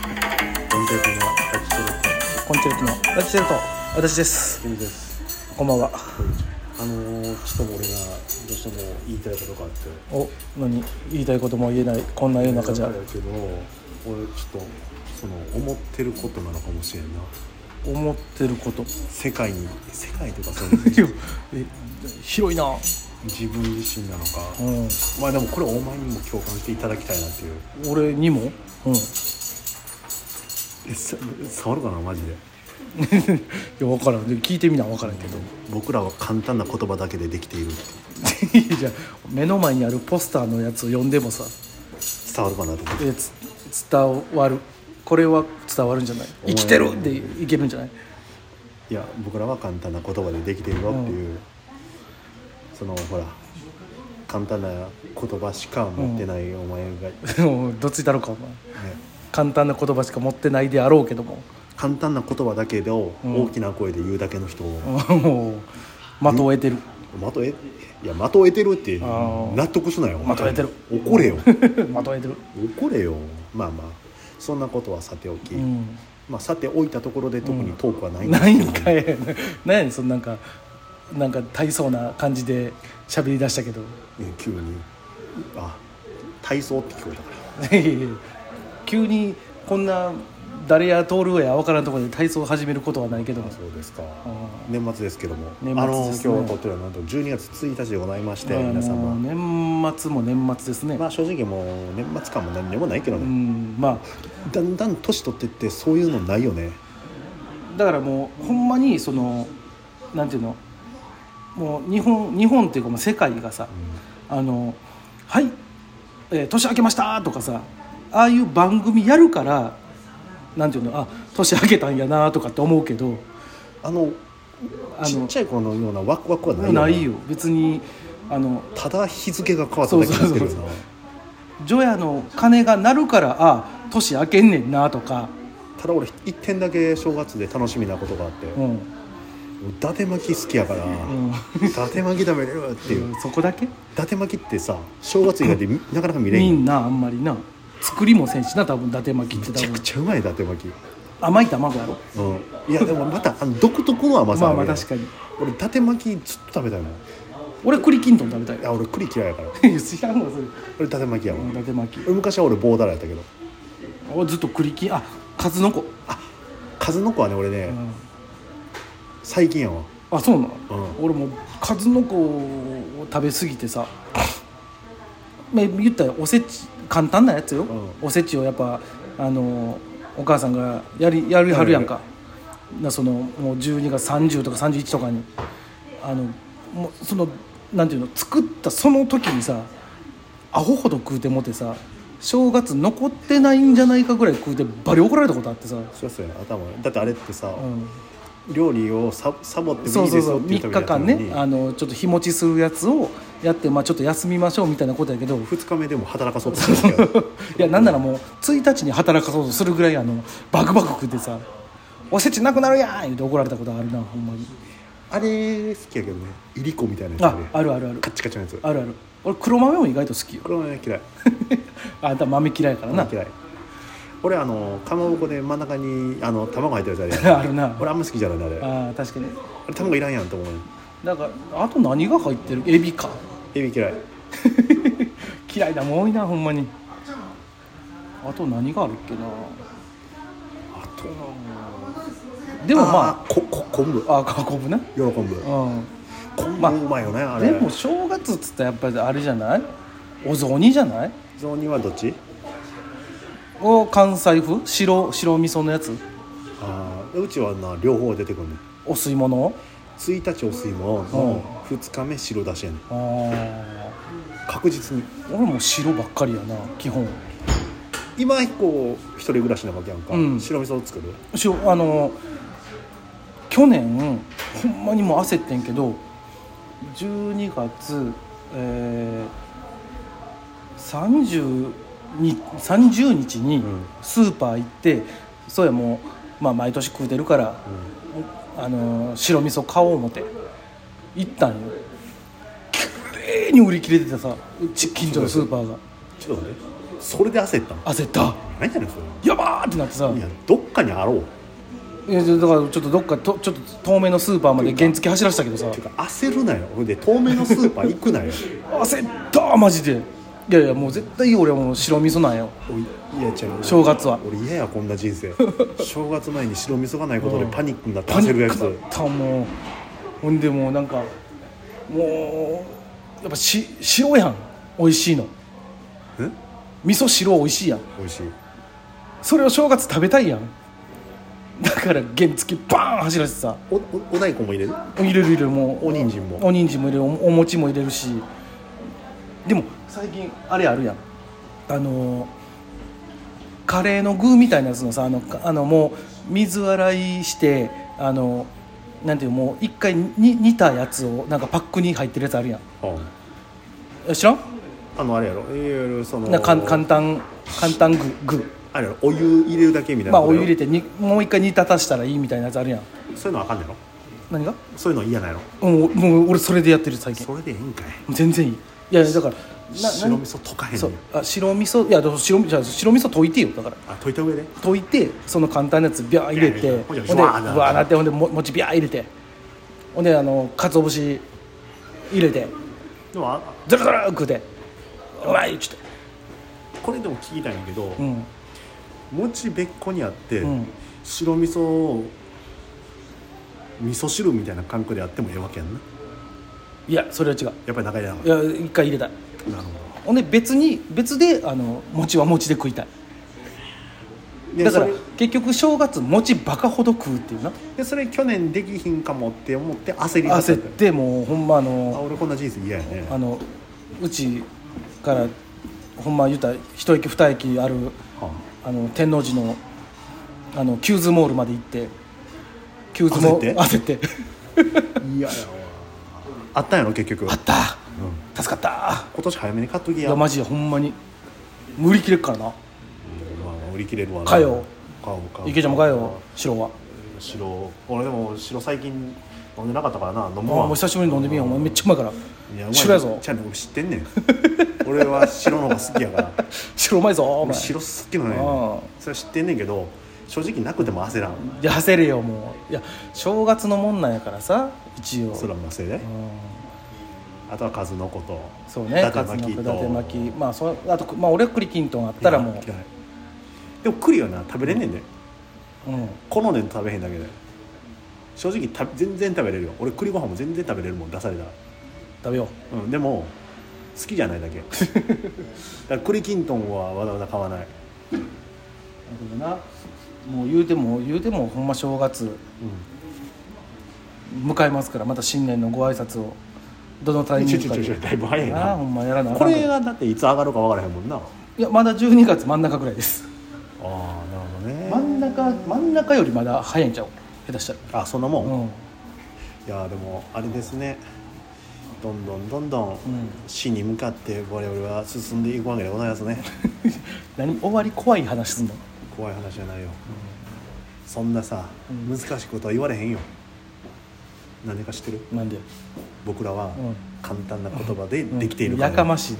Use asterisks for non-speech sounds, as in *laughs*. ンチェルトのアキトレッコンチェルトのラチェルト私ですトですこんばんはあのー、ちょっと俺がどうしても言いたいことがあってお何言いたいことも言えないこんな世の中じゃだけど俺ちょっとその思ってることなのかもしれんな思ってること世界に世界というか *laughs* そのえ広いな自分自身なのか、うんまあでもこれお前にも共感していただきたいなっていう俺にもうんいえさ触るかなマジでや分からんで聞いてみな分からんけど僕らは簡単な言葉だけでできているって *laughs* いやじゃあ目の前にあるポスターのやつを読んでもさ伝わるかなと思ってえつ伝わるこれは伝わるんじゃないお前生きてるでいけるん *laughs* じゃないいや僕らは簡単な言葉でできているよっていう、そのほら簡単な言葉しか持ってないお前が、ねもうどついたろかお前簡単な言葉しか持ってないであろうけども *laughs* 簡単な言葉だけど大きな声で言うだけの人を、もう的を得て *laughs* るまとえいやまとえてるってあー納得しないよまとえてる怒れよまとえてる怒れよまあまあそんなことはさておき、うんまあさておいたところで特にトークはないんですなけいどんかい何やねんそのなんかなんか大層な感じで喋り出したけど *laughs* ね急にあ体操って聞こえたから急にこんな誰や通るや分からんところで体操を始めることはないけどもそうですかん年末ですけども、年あの末で今す日ね撮ってるのはなんと12月1日でございまして、まあ皆様もう年末も年末ですね、まあ正直もう年末感も何でもないけどうね、んまあだんだん年取ってってそういうのないよねだからもうほんまにそのなんていうのもう日本日本っていうかもう世界がさ、あの「はい、えー年明けました」とかさああいう番組やるからなんていうのあ年明けたんやなとかって思うけどあのあちっのちゃい頃のようなワクワクはないよなないよ別にあのただ日付が変わっただけになってるよそうなそう除夜の鐘が鳴るからあ年明けんねんなとか、ただ俺一点だけ正月で楽しみなことがあって、うもんう伊達巻き好きやから、ん伊達巻き食べれるっていう、伊そこだけ達巻きってさ正月以外でなかなか見れんみよんなあんまりな作りもせんしな多分伊達巻きってめ多ちゃ分くちゃうまい伊達巻き甘い卵やろうん、いやでもまたあの独特の甘さまあるまやあん確かに俺伊達巻きずっと食べたいもんい俺栗きんとん食べたいや俺栗嫌いやからいや知らんわそれ俺伊達巻きやもん、伊達巻き俺昔は俺棒だらやったけどおずっと栗きんあ数の子数の子はね俺ね、ん最近やわあそうなの、う俺もう数の子を食べ過ぎてさまあ言ったらおせち簡単なやつよ、んおせちをやっぱあのお母さんがやりやりはるやんかなそのもう12月30とか31とかにあのもうそのなんていうの作ったその時にさアホほど食うてもてさ正月残ってないんじゃないかぐらい食うてバリ怒られたことあってさ、そうそうやな頭だってあれってさ、うん、料理をササボってもいいそうそうですそようって言った3みた日いな間ねあのちょっと日持ちするやつをやって、まあ、ちょっと休みましょうみたいなことやけど *laughs* 2日目でも働かそうとするんですけどいやなんならもう1日に働かそうとするぐらいあのバクバク食ってさ「おせちなくなるやん!」言うて怒られたことあるなほんまにあれ好きやけどねいりこみたいなやつあねあるあるあるカッチカチのやつあるある俺黒豆も意外と好きよ *laughs* これはね嫌いあんた豆嫌いからな嫌い俺あのかまぼこで真ん中にあの卵入ってるやつあ *laughs* あれるな俺あんま好きじゃないあれああー確かにれ卵いらんやんと思うだからあと何が入ってるエビか *laughs* エビ嫌い嫌いだもん多いなほんまにあと何があるっけなあとでもまここ昆布あああかこぶな喜ぶうん昆まあ布うまいよねあれでも正月っつったらやっぱりあれじゃないお雑煮じゃない雑煮はどっちお関西風白白味噌のやつあーうちはな両方出てくるねお吸い物1日お吸い物の2日目白だしやねんああ確実に俺も白ばっかりやな基本今以降一人暮らしなわけやんか、うん白味噌を作る白あの去年ほんまにもう焦ってんけど12月えー、30, 30日にんスーパー行って、そうやもう、まあ、毎年食うてるからあのー白味噌買おう思て行ったんよきれいに売り切れててさうち近所のスーパーがちょっとねそれで焦ったの焦ったないじゃないですかやばーってなってさいやどっかにあろうっいやだからちょっとどっかとちょっと透明のスーパーまで原付走らしたけどさていうか焦るなよほんで透明のスーパー行くな *laughs* よ焦ったマジでいやいやもう絶対俺はもう白味噌なんよおいいやちゃう正月は俺嫌やこんな人生正月前に白味噌がないことでパニックになってパニ焦るやックつだったもうほんでもうなんかもうやっぱし塩やん美味しいのうん味噌白美味しいやん美味しいそれを正月食べたいやんだから原付バーン走らせてさおおお大根も入れる入れる入れるもうお人参もお人参も入れるおお餅も入れるしでも最近あれあるやんあのーカレーの具みたいなやつのさあのかあのもう水洗いしてあのなんていうもう一回に煮たやつをなんかパックに入ってるやつあるやんうんえ知らんあのあれやろいわゆるそのなかん簡単簡単具具あれやろお湯入れるだけみたいなまあお湯入れててにもう一回煮立たしたらいいみたいなやつあるやんそういうのあかんねやろ何がそういうの嫌なんやろもうもう俺それでやってる最近それでええんかい全然いいいやいやだからな白味噌溶かへんそねうんあ白味噌いやだから白味噌白味噌溶いてよだからあ溶いた上で溶いてその簡単なやつビャー入れてほほんんじでゃぶわわーなーなってほんでも餅ビャー入れてほんであの鰹節入れてでもあザラザラ食うてうまいっちってこれでも聞きたいんやけど、うん餅別個にあって、うん白味噌を味噌汁みたいな感覚でやってもええわけやんないやそれは違うやっぱり中入れなかっいや一回入れたいたなるほほんで別に別であの餅は餅で食いたいどでだからそれ結局正月餅バカほど食うっていうなでそれ去年できひんかもって思って焦り出した焦んっだよてもうほんまあのあ俺こんな人生嫌やねあのうちからほんま言うたら一駅二駅あるはあの天王寺のあのキューズモールまで行ってキューズモール焦焦ってあ嫌やわあったんやろ結局あったうん助かった今年早めに買っときいややマジでほんまに売り切れっからなまあまあ売り切れるわな買えよ買おう買おう池ちゃんもかよ白は白俺でも白最近飲んでなかったからな飲あむわもう久しぶりに飲んでみようお前めっちゃうまいからいやうまい白やぞちゃんと俺知ってんね *laughs* ん俺は白の方が好き *laughs* やから白うまいぞお俺前白好きなのあよそれは知ってんねんけど正直なくても焦らんいや焦れよもういや正月のもんなんやからさ一応それはまあそれでうんあとは数のことそうね、伊カ達巻ツノきとク伊達巻き、まあ、そあと、まあ、俺は栗きんとんあったらも嫌い嫌いでも栗はな食べれんねんで、う、うん、この年食べへんだけで正直た全然食べれるよ俺栗ご飯も全然食べれるもん出されたら食べよ。うん、でも好きじゃないだけだから栗きんとんはわざわざ買わないうなるほどな。もう言うても、言うても、ほんま正月迎えますから、また新年のご挨拶を。どのタうイんミちンょグちょちかょちょで。だいぶ早いなあ、ほなんまやらなあこかんれがだっていつ上がるか分からへんもんなあいや、まだ12月真ん中ぐらいです。あなるほどね、真ん中、真ん中よりまだ早いんちゃう。下手したら。あそんなもん、ういん。やでもあれですねどんどんどんどんん死に向かって我々は進んでいくわけでございます *laughs* ね *laughs* 何、終わり怖い話すんの。怖い話じゃないよ、そんなさ難しいことは言われへんよなんでか知ってるなんで。僕らはうん簡単な言葉でできているやかましいしいね。